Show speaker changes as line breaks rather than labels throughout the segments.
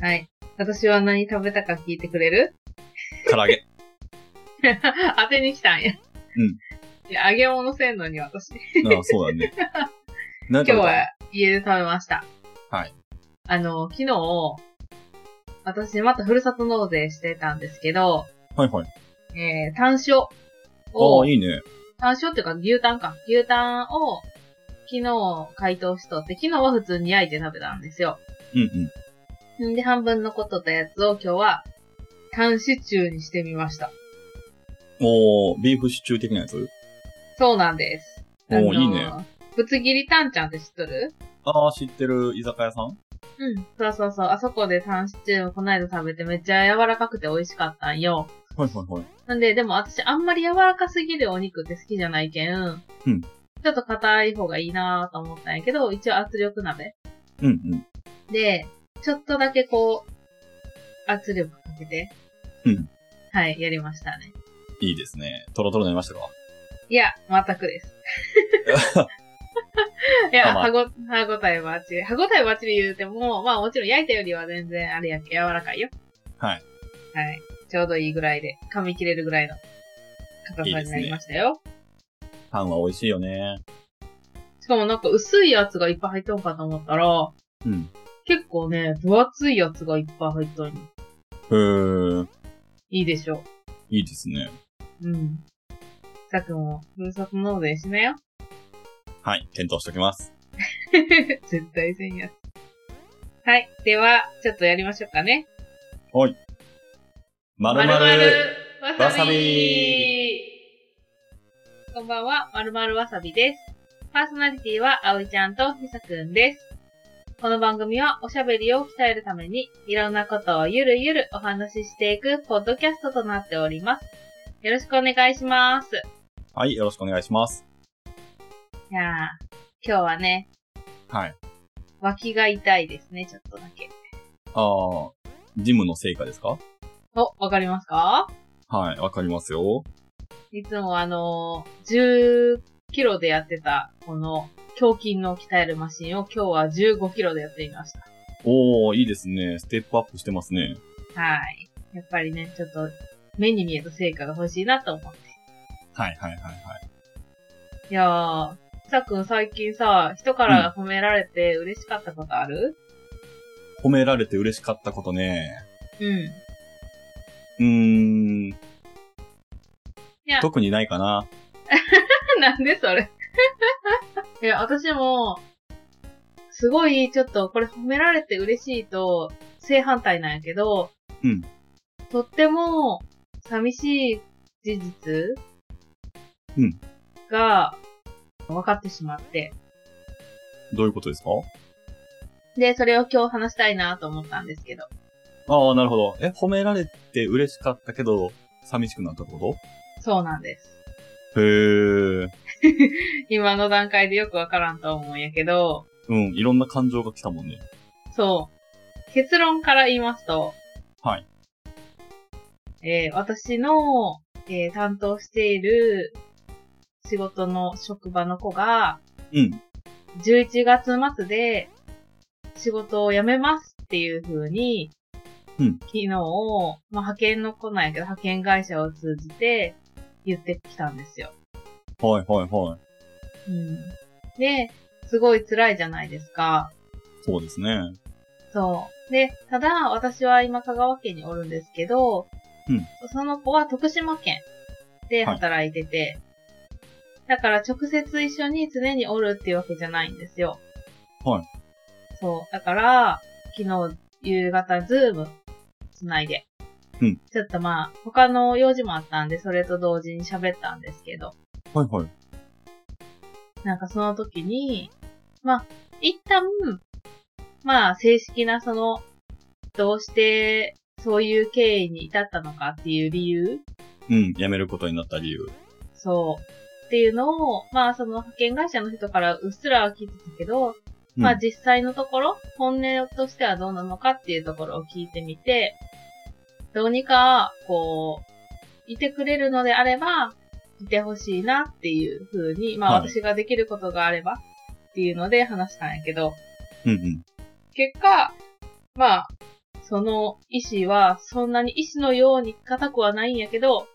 はい。私は何食べたか聞いてくれる
唐揚げ。
当てに来たんや。
うん
いや。揚げ物せんのに私。
ああ、そう だね。今
今日は家で食べました。
はい。
あの、昨日、私またふるさと納税してたんですけど、
はいはい。
えー、単勝
あ
を
あ、、いいね。
単勝っていうか牛タンか。牛タンを昨日解凍しとって、昨日は普通に焼いて食べたんですよ。
うんうん。
んで、半分残っとったやつを今日は、タンシチューにしてみました。
おー、ビーフシチュー的なやつ
そうなんです。
おー
あのー
いいね。
ぶつ切りタンちゃんって知っとる
ああ、知ってる居酒屋さん
うん。そうそうそう。あそこでタンシチューをこの間食べてめっちゃ柔らかくて美味しかったんよ。
はいはいはい。
なんで、でも私あんまり柔らかすぎるお肉って好きじゃないけん。
うん
ちょっと硬い方がいいなぁと思ったんやけど、一応圧力鍋。
うんうん。
で、ちょっとだけこう、圧力かけて。
うん。
はい、やりましたね。
いいですね。トロトロになりましたか
いや、全く です。いや、
あまあ
歯ご、歯ごたえばっちり。歯ごたえばっちり言うても、まあもちろん焼いたよりは全然あれやけ、柔らかいよ。
はい。
はい。ちょうどいいぐらいで、噛み切れるぐらいの硬さになりましたよ。
パンは美味しいよね。
しかもなんか薄いやつがいっぱい入っとんかと思ったら、
うん。
結構ね、分厚いやつがいっぱい入っとんよ
へー、
いいでしょ
いいですね。
う。うん。さっきも、ふるさと納税しなよ。
はい、検討しておきます。
絶対せんやつ。はい。では、ちょっとやりましょうかね。
ま
ま
る
る
ま
ま
る。
るわさ
わさ
び
び
こんばんは、まるまるわさびです。パーソナリティは、あおいちゃんとひさくんです。この番組は、おしゃべりを鍛えるために、いろんなことをゆるゆるお話ししていく、ポッドキャストとなっております。よろしくお願いします。
はい、よろしくお願いします。
いやー、今日はね、
はい。
脇が痛いですね、ちょっとだけ。
ああ、ジムの成果ですか
お、わかりますか
はい、わかりますよ。
いつもあのー、10キロでやってた、この、胸筋の鍛えるマシンを今日は15キロでやってみました。
おー、いいですね。ステップアップしてますね。
はい。やっぱりね、ちょっと、目に見えた成果が欲しいなと思って。
はいはいはいはい。
いやー、さっくん最近さ、人から褒められて嬉しかったことある
褒められて嬉しかったことね。
うん。いう
ーん
や。
特にないかな。
なんでそれいや、私も、すごい、ちょっと、これ褒められて嬉しいと、正反対なんやけど、
うん。
とっても、寂しい事実
うん
が、分かってしまって。
どういうことですか
で、それを今日話したいなと思ったんですけど。
ああ、なるほど。え、褒められて嬉しかったけど、寂しくなったってこ
そうなんです。
とへえ。
今の段階でよくわからんと思うんやけど、
うん、いろんな感情が来たもんね。
そう。結論から言いますと。
はい。
えー私の、えー担当している仕事の職場の子が、
うん。
11月末で仕事を辞めますっていう風に、
うん
昨日、まあ、派遣の子なんやけど、派遣会社を通じて言ってきたんですよ。
はいはいはい。
うん。で、すごい辛いじゃないですか。
そうですね。
そう。で、ただ、私は今香川県におるんですけど、
うん
その子は徳島県で働いてて、だから直接一緒に常におるっていうわけじゃないんですよ。
はい。
そう。だから、昨日夕方ズームつないで、
うん
ちょっとまあ、他の用事もあったんで、それと同時に喋ったんですけど、
はいはい。
なんかその時に、まあ、一旦、まあ、正式なその、どうして、そういう経緯に至ったのかっていう理由、
うん、辞めることになった理由。
そう、っていうのを、まあ、その派遣会社の人からうっすらは聞いてたけど、
うん
まあ、実際のところ、本音としてはどうなのかっていうところを聞いてみて、どうにか、こう、いてくれるのであれば、いてほしいなっていう風に、まあ、
はい
私ができることがあればっていうので話したんやけど、
うんうん。
結果、まあ、その意志は、そんなに意志のように固くはないんやけど、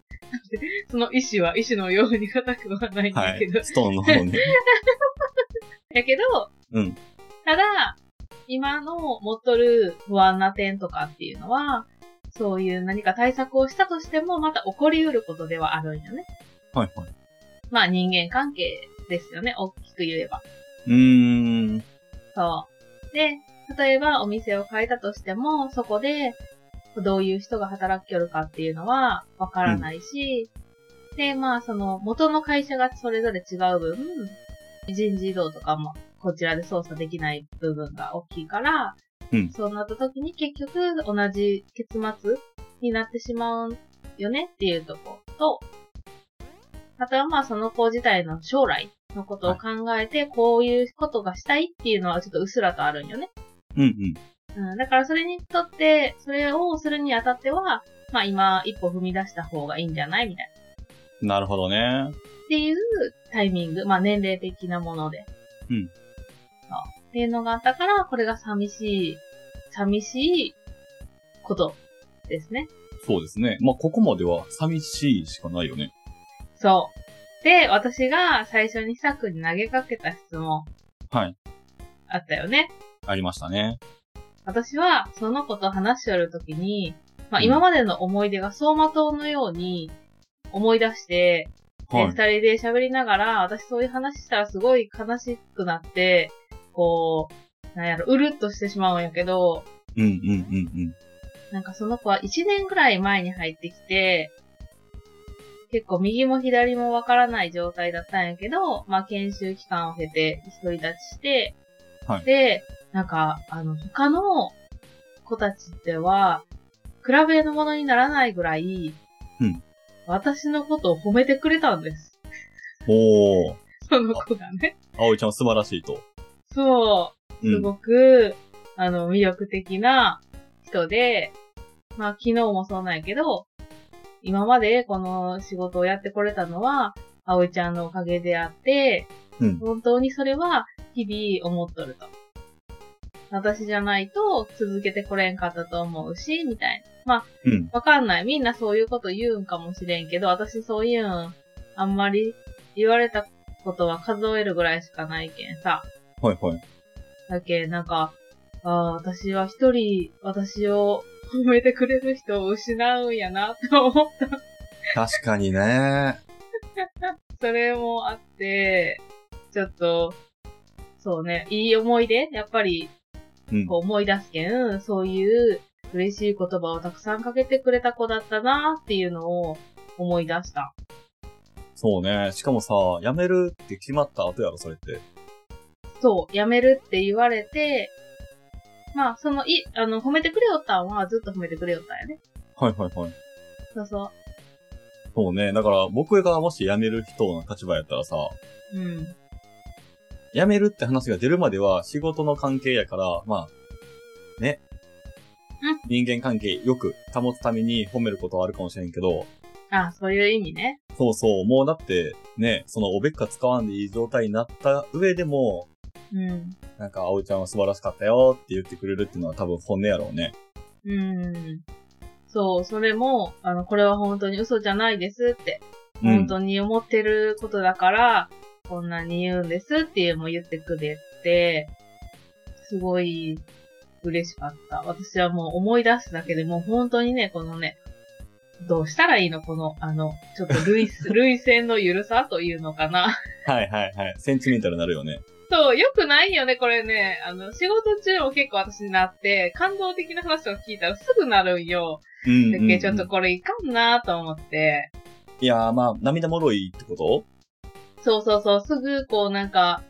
その意志は意志のように固くはないん
は
やけ
い
ど、。
ストーンの方 ね。
やけど、
うん。
ただ、今の持っとる不安な点とかっていうのは、そういう何か対策をしたとしても、また起こり得ることではあるんよね。
はいはい。
まあ人間関係ですよね、大きく言えば。
うーん。
そう。で、例えばお店を変えたとしても、そこで、どういう人が働きよるかっていうのはわからないし、で、まあその元の会社がそれぞれ違う分、人事異動とかもこちらで操作できない部分が大きいから、
うん
そうなった時に結局同じ結末になってしまうよねっていうところと、あとはまあその子自体の将来のことを考えて、こういうことがしたいっていうのはちょっとうっすらとあるんよね。
うんうん。
うん、だからそれにとって、それをするにあたっては、まあ今一歩踏み出した方がいいんじゃないみたいな。
なるほどね。
っていうタイミング、まあ年齢的なもので。
う
そ
ん
う。っていうのがあったから、これが寂しい、寂しいことですね。
そうですね。まあ、ここまでは寂しいしかないよね。
そう。で、私が最初にサクに投げかけた質問
はい。
あったよね。
ありましたね。
私は、その子と話しよるときに、まあ、
うん
今までの思い出が走馬灯のように思い出して、
は
で二
い。
人で喋りながら、私そういう話したらすごい悲しくなって、こう、なんやろ、うるっとしてしまうんやけど、
うんうんうんうん。
なんかその子は1年ぐらい前に入ってきて、結構右も左もわからない状態だったんやけど、まあ研修期間を経て独り立ちして、
はい
で、なんか、あの、他の子たちでは、比べのものにならないぐらい、
うん
私のことを褒めてくれたんです。
おー。
その子がね。
葵ちゃん素晴らしいと。
そう。
う
す
ん。
ごく、あの、魅力的な人で、まあ、昨日もそうなんやけど、今までこの仕事をやってこれたのは、葵ちゃんのおかげであって、
うん
本当にそれは日々思っとると。私じゃないと続けてこれんかったと思うし、みたいな。まあ、
うん
わかんない。みんなそういうこと言うんかもしれんけど、私そういうん、あんまり言われたことは数えるぐらいしかないけんさ。
はいはい。
だけ、なんか、ああ、私は一人、私を褒めてくれる人を失うんやな、と思った。
確かにね。
それもあって、ちょっと、そうね、いい思い出やっぱり、
うん。
こう思い出すけん、そういう嬉しい言葉をたくさんかけてくれた子だったな、っていうのを思い出した。
そうね。しかもさ、辞めるって決まった後やろ、それって。
そう、やめるって言われて、まあ、その、い、あの、褒めてくれよったんはずっと褒めてくれよったんやね。
はいはいはい。
そうそ
そうね。だから、僕がもし辞める人の立場やったらさ、
う。うん。
辞めるって話が出るまでは仕事の関係やから、まあ、ね
うん。
人間関係よく保つために褒めることはあるかもしれんけど、
ああ、そういう意味ね。
そうそう、もうだって、ね、そのおべっか使わんでいい状態になった上でも、
うん。
なんか、葵ちゃんは素晴らしかったよって言ってくれるっていうのは多分本音やろうね。
うん。そう、それも、あの、これは本当に嘘じゃないですって、
うん
本当に思ってることだから、こんなに言うんですっていうのも言ってくれて、すごい嬉しかった。私はもう思い出すだけでもう本当にね、このね、どうしたらいいのこの、あの、ちょっと類 す、類線の緩さというのかな。
はいはいはい。センチメンタルになるよね。
そう、よくないよね、これね。あの、仕事中も結構私なって、感動的な話を聞いたらすぐなるんよ。
うんうん、
だ
うん。
けちょっとこれいかんなと思って、
いやーまあ、涙もろいってこと
そうそうそう、すぐこうなんか、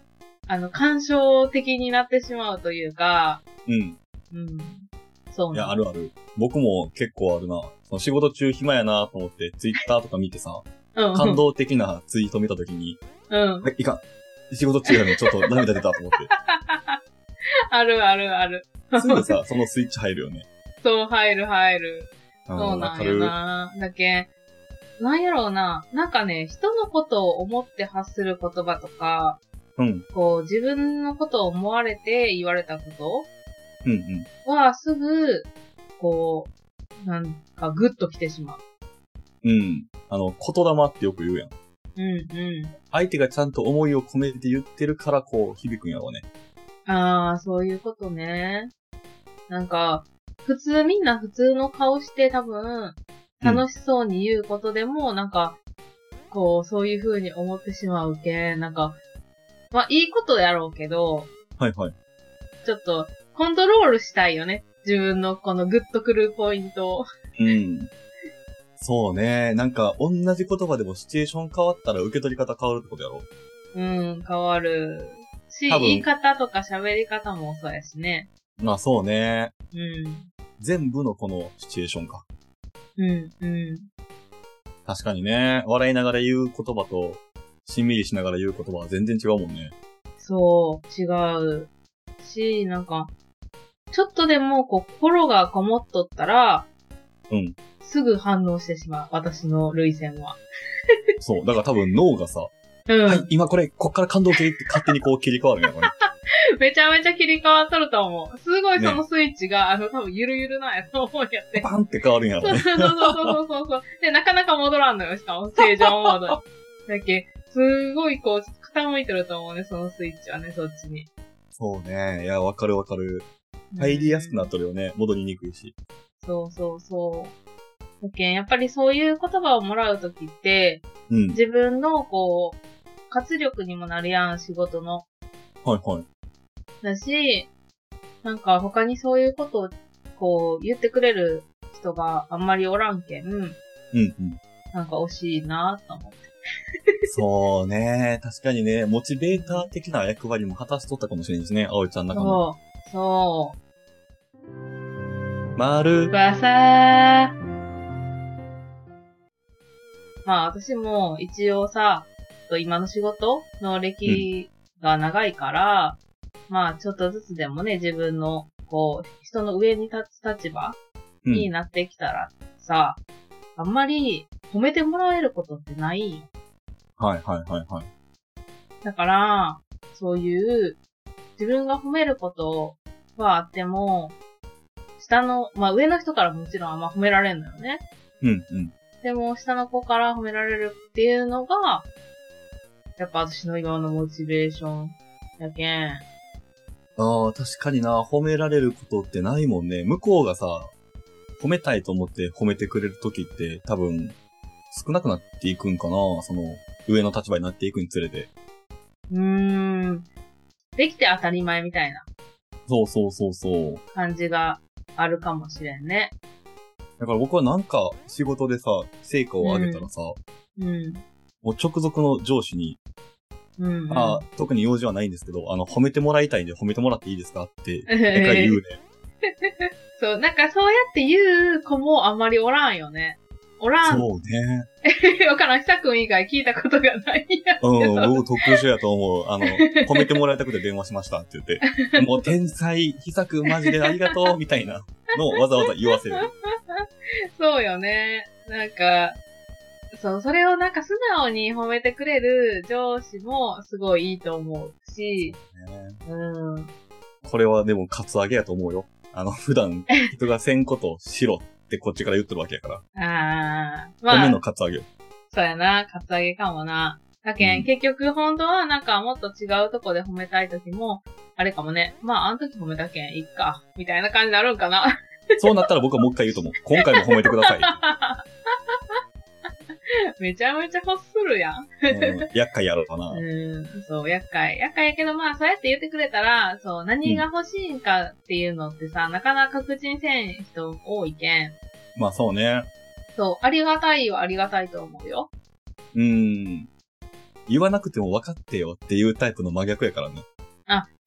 あの、干渉的になってしまうというか、
うん。
うん。そう
い
な
や、
の
あるある。僕も結構あるな。その仕事中暇やなと思って、ツイッターとか見てさ、
うん。
感動的なツイート見たときに、
うん。
えいかん。仕事中やのにちょっと涙出たと思っ
あるあるある。
て。すぐさ、そのスイッチ入るよね。
そう、入る入る。
う
そうなんよ
わか
な。だけん、なんやろうな。なんかね、人のことを思って発する言葉とか、
るうん。
こう、自分のことを思われて言われたこと
うんうん。
は、すぐ、こう、なんか、グッと来てしまう。
うん。あの、言霊ってよく言うやん。
うんう
相手がちゃんと思いを込めて言ってるから、こう、響くんやろうね。
ん。ああ、そういうことね。なんか、普通、みんな普通の顔して多分、
うん
楽しそうに言うことでも、なんか、こう、そういう風に思ってしまうけん、なんか、まあ、いいことやろうけど、
はいはい。
ちょっと、コントロールしたいよね。自分のこのグッとくるポイントを。
うん。そうね。なんか、同じ言葉でもシチュエーション変わったら受け取り方変わるってことやろ。
うん、変わる。し、
多分
言い方とか喋り方もそうやしね。
まあそうね。
うん。
全部のこのシチュエーションか。
うん、うん。
確かにね。笑いながら言う言葉と、しんみりしながら言う言葉は全然違うもんね。
そう、違う。し、なんか、ちょっとでも、こう、心がこもっとったら、
うん。
すぐ反応してしまう。私の類線は。
そう。だから多分脳がさ、
うん。
はい、今これ、こっから感動系って勝手にこう切り替わるん やろね。
めちゃめちゃ切り替わっとると思う。すごいそのスイッチが、あの、多分ゆるゆるなんやと思うやって。
バンって変わるんやろ
そう
ね。
そうそうそう そう。で、なかなか戻らんのよ、しかも、正常モードに。だっけ、すごいこう、傾いてると思うね、そのスイッチはね、そっちに。
そうね。いや、わかるわかる。入りやすくなっとるよね。戻りにくいし。
そうそうそう。だけんやっぱりそういう言葉をもらうときって、
うん。
自分のこう、活力にもなるやん、仕事の。
はいはい。
だし、なんか他にそういうことを、こう、言ってくれる人があんまりおらんけん、
うんうん。
なんか惜しいなと思って。
そうね。確かにね、モチベーター的な役割も果たしとったかもしれんしね。葵ちゃんの中の。
そう。そ
ま
う。
る。
バサー。まあ私も一応さ、今の仕事の歴が長いから、まあちょっとずつでもね、自分の、こう、人の上に立つ立場
うん。
になってきたらさ、あんまり褒めてもらえることってないよ
はいはいはいはい。
だから、そういう、自分が褒めることはあっても、下の、まあ上の人からもちろんあんま褒められんのよね。
うんうん。
でも下の子から褒められるっていうのが、やっぱ私の今のモチベーションやけん。
ああ、確かにな、褒められることってないもんね。向こうがさ、褒めたいと思って褒めてくれる時って多分、少なくなっていくんかな。その、上の立場になっていくにつれて。
うーん。できて当たり前みたいな
そうそうそうそう。
感じがあるかもしれんね。
だから僕はなんか仕事でさ、成果を上げたらさ、
うん。
もう直属の上司に、
うん、うん。
あー特に用事はないんですけど、あの、褒めてもらいたいんで褒めてもらっていいですかって、
え
毎回言うね。
そう、なんかそうやって言う子もあんまりおらんよね。おらん。
そうね。
わからん。久くん以外聞いたことがないや。
うん、僕特殊やと思う。あの、褒めてもらいたくて電話しましたって言 って、もう天才、ひさくマジでありがとう、みたいなのをわざわざ言わせる。
そうよね。なんか、そう、それをなんか素直に褒めてくれる上司もすごいいいと思うし、
ね
うん。
これはでもカツアゲやと思うよ。あの、普段人がせんことをしろってこっちから言ってるわけやから。
ああ、
褒
ま
め
あ
の、カツアゲ。
そうやな、カツアゲかもな。だけん、
うん
結局本当はなんかもっと違うとこで褒めたい時も、あれかもね。まあ、あの時褒めたけん、いっか。みたいな感じになるんかな。
そうなったら僕はもう一回言うと思う。今回も褒めてください。
めちゃめちゃ欲するやん。
うん、厄介やろうかな。
うん、そう、厄介。厄介やけど、まあ、そうやって言ってくれたら、そう、何が欲しいんかっていうのってさ、なかなか確認せん人多いけん。
まあそうね。
そう、ありがたいはありがたいと思うよ。
うん。言わなくても分かってよっていうタイプの真逆やからね。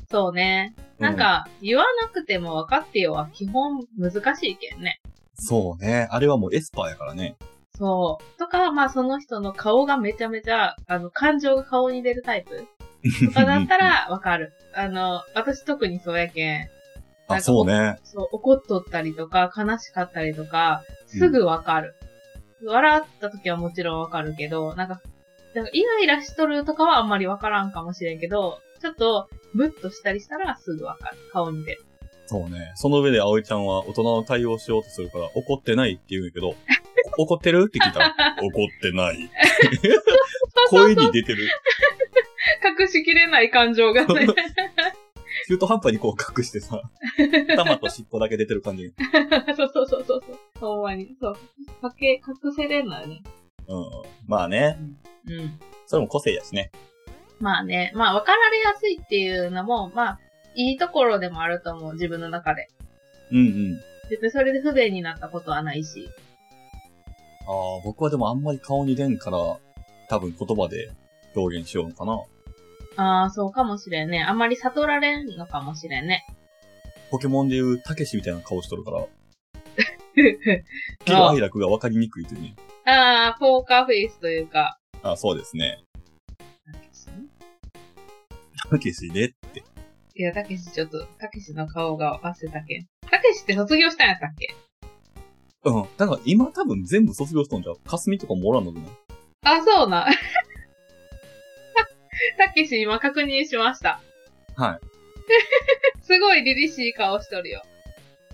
そうね。なんか、言わなくても分かってよは基本難しいけんね。
うん、そうね。あれはもうエスパーやからね。
そう。とか、まあ、その人の顔がめちゃめちゃ、あの、感情が顔に出るタイプとかだった、ら分かる。あの、私特にそうやけん。
あ、そうね。
そう、怒っとったりとか、悲しかったりとか、すぐわかる。笑った時はもちろんわかるけど、なんか、なんかイライラしとるとかはあんまりわからんかもしれんけど、ちょっと、ムッとしたりしたらすぐわかる。顔に出る。
そうね。その上で葵ちゃんは大人の対応しようとするから、怒ってないって言うんやけど、 お怒ってるって聞い たら、怒ってない。 声に出てる。
隠しきれない感情がね。
中途半端にこう隠し てさ、頭と尻尾だけ出てる感じ。
そうそうそうそうそう。ほんまに。そう。かけ、隠せれないね。
うん。まあね。
うん。
それも個性やしね。
まあね。まあ、分かられやすいっていうのも、まあ、いいところでもあると思う、自分の中で。
うんうん。
別にそれで不便になったことはないし。
ああ、僕はでもあんまり顔に出んから、多分言葉で表現しようのかな。
ああ、そうかもしれんね。あんまり悟られんのかもしれん ね。
ポケモンで言うたけしみたいな顔しとるから、喜怒
あ
哀楽が分かりにくいというね。
ああ、ポーカーフェイスというか。
ああ、そうですね。たけしね。
いや、たけしちょっと、たけしの顔が忘れたけん。たけしって卒業したんやったっけ
うん。だから今多分全部卒業しとんじゃう。かすみとかもおらんのじゃない
あ、そうな。 たけし今確認しました。。
はい
すごい凛々しい顔しとるよ。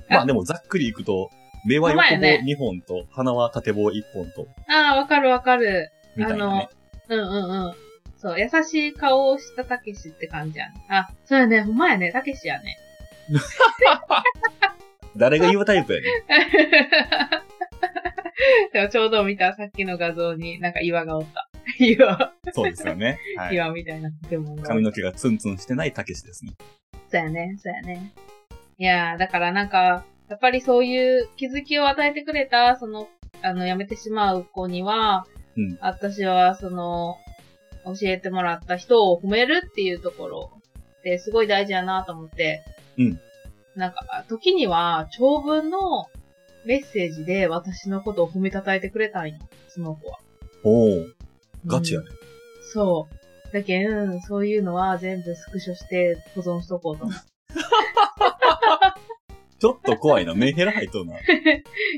まあでもざっくりいくと、目は横
ほんまや
棒
ね
2本と、鼻は縦棒1本と、
ああ、わかるわかる。
みたいなね。
うんうんうん。そう、優しい顔をしたたけしって感じやね。あ、そうやね、ほんまやね、たけしやね。
誰が言うタイプやね。
でもちょうど見たさっきの画像になんか岩がおった。岩、
そうです よね。はい。
岩みたいなポケモンがおった。
髪の毛がツンツンしてないたけしですね。
そうやね、そうやね。いやー、だからなんか、やっぱりそういう気づきを与えてくれた、その、あの、辞めてしまう子には、
うん
私は、その、教えてもらった人を褒めるっていうところってすごい大事やなと思って。
うん。
なんか、時には、長文のメッセージで私のことを褒めたたえてくれたんよ、その子は。
おお、ガチやね。
そう。だけん、そういうのは全部スクショして保存しとこうと思って
ちょっと怖いな。メンヘラ入っとるな。
い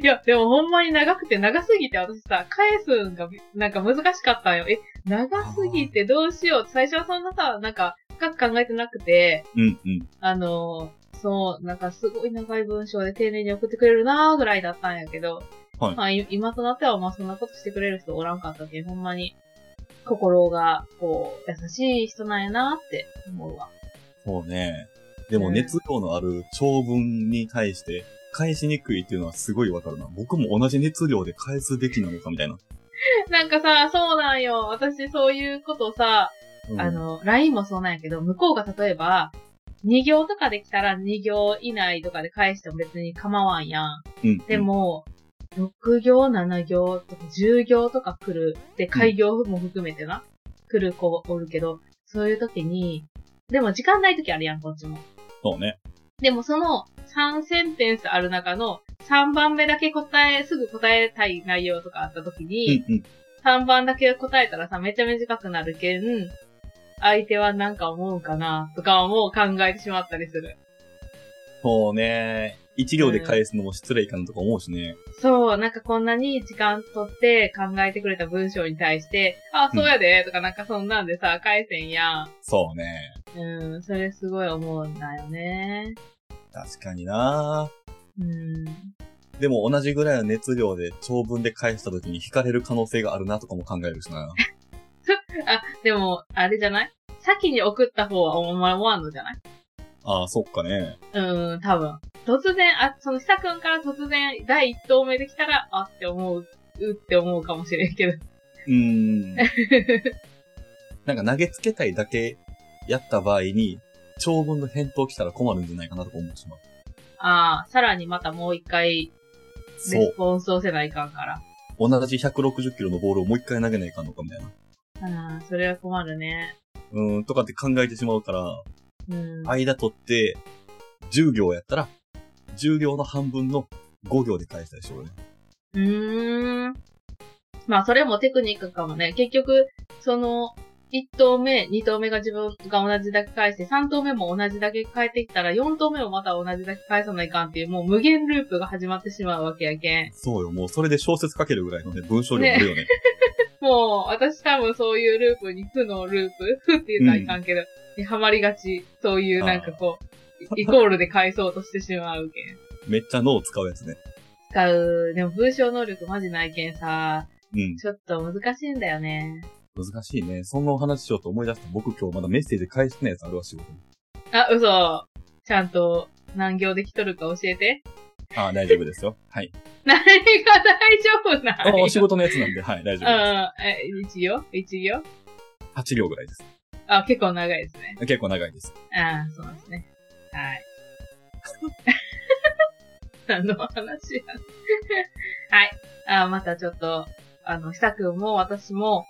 や、でもほんまに長くて長すぎて私さ、返すんがなんか難しかったんよ。え、長すぎてどうしよう最初はそんなさ、なんか深く考えてなくて、
うんうん。
あのーそう、なんかすごい長い文章で丁寧に送ってくれるなーぐらいだったんやけど、
はい
まあい今となってはまあそんなことしてくれる人おらんかったけん、ほんまに心がこう、優しい人なんやなーって思うわ。
そうね。でも
うん
熱量のある長文に対して返しにくいっていうのはすごいわかるな。僕も同じ熱量で返すべきなのかみたいな。
なんかさ、そうなんよ。私そういうことさ、
うん
あ、の、LINE もそうなんやけど、向こうが例えば、2行とかできたら2行以内とかで返しても別に構わんやん。
うん、
でも、6行、7行とか10行とか来る。で、開業も含めてな。来る子おるけど、そういう時に、でも時間ない時あるやん、こっちも。
そうね。
でもその3センテンスある中の3番目だけ答え、すぐ答えたい内容とかあった時に、
うんうん。
3番だけ答えたらさ、めちゃ短くなるけん、相手はなんか思うかな、とかも考えてしまったりする。
そうね。一行で返すのも失礼かなとか思うしね。
そう、なんかこんなに時間とって考えてくれた文章に対して、あ、そうやで、とかなんかそんなんでさ、返せんやん。
そうね。
うん、それすごい思うんだよね。
確かにな
うん。
でも同じぐらいの熱量で長文で返した時に惹かれる可能性があるなとかも考えるしな。
あ、でも、あれじゃない先に送った方は思わんのじゃない
ああ、そっかね。
うん、多分。突然、あ、その久くんから突然、第一投目できたら、あって思う、うって思うかもしれんけど。
うーん。なんか投げつけたいだけやった場合に、長文の返答来たら困るんじゃないかなとか思ってしまう。
ああ、さらにまたもう一回、
そ
レ
う
ス。ポンスをせないかんから。
同じ160キロのボールをもう一回投げないかんのかみたいな。
うん、それは困るね。
うーん、とかって考えてしまうから、
うん。
間取って、10行やったら、10行の半分の5行で返したでしょうね。
うーん。まあ、それもテクニックかもね。結局、その、1投目、2投目が自分が同じだけ返して、3投目も同じだけ返ってきたら、4投目もまた同じだけ返さないかんっていう、もう無限ループが始まってしまうわけやけん。
そうよ、もうそれで小説書けるぐらいのね、文章量あるよね。
もう、私多分そういうループに負のループ負って言ったらいかんけど、にハマりがち。そういうなんかこう、イコールで返そうとしてしまうけん。
めっちゃ脳使うやつね。
使う。でも文章能力マジないけんさ、
うん。
ちょっと難しいんだよね。
難しいね。そんなお話しようと思い出して、僕今日まだメッセージ返してないやつあるわ、仕事に。
あ、嘘。ちゃんと何行できとるか教えて。
ああ、大丈夫ですよ。はい。
何が大丈 夫な
あ
の
お仕事のやつなんで、はい、大
う
丈
ん。
夫で
え、一行一行
す。8行ぐらいです。
あ、結構長いですね。
結構長いです。
ああ、そうなんですね。はい。何の話や。はい。あーまたちょっと、あの、久くんも私も、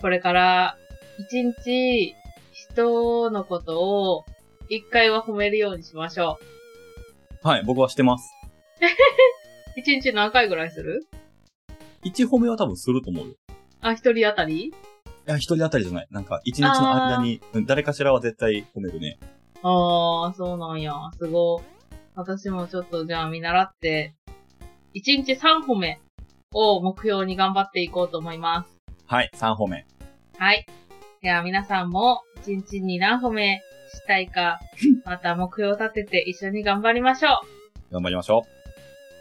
これから、一日、人のことを、一回は褒めるようにしましょ
はい、僕はしてます。
う。一日何回ぐらいする
1褒めは多分すると思うよ。い
あ、一人当たり
や、一人当たりじゃない。なんか、一日の間に、うん誰かしらは絶対褒めるね。
ああ、そうなんや。すごい。私もちょっとじゃあ見習って、一日三褒めを目標に頑張っていこうと思います。
はい、3褒め。
はい。では皆さんも一日に何褒めしたいか、また目標を立てて一緒に頑張りましょ
頑張りましょ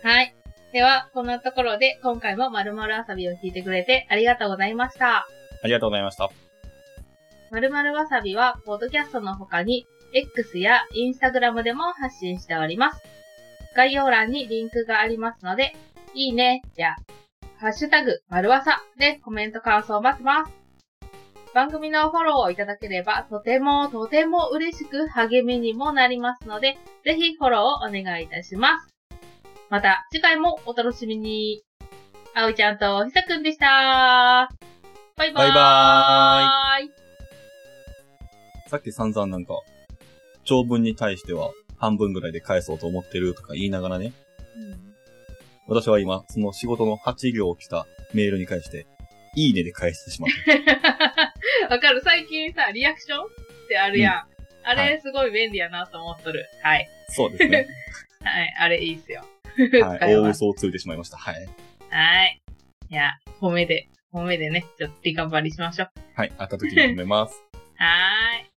う。はい。では、こんなところで今回も〇〇わさびを聞いてくれてありがとうございました。
う。ありがとうございました。
〇〇わさびは、ポッドキャストの他に、X や Instagram でも発信しております。概要欄にリンクがありますので、いいね、や、ハッシュタグ、まるわさでコメント感想を待ってます。番組のフォローをいただければ、とてもとても嬉しく励みにもなりますので、ぜひフォローをお願いいたします。また、次回もお楽しみに。あおいちゃんとひさくんでした。バイバーイ。
バイバ
イ。
さっき散々なんか、長文に対しては半分ぐらいで返そうと思ってるとか言いながらね、私は今、その仕事の8行来たメールに返して、いいねで返してしまった。
わかる。最近さ、リアクションってあるやん。あれ、すごい便利やなと思っとる。はい。
そうで すね。
はい。あれ、いいっすよ。
はい。
使い
大
ます。
嘘をついてしまいました。はい。
はい。いや、褒めで、褒めでね、ちょっとリカバリーしましょう。
はい。会った時に褒めます。
はーい。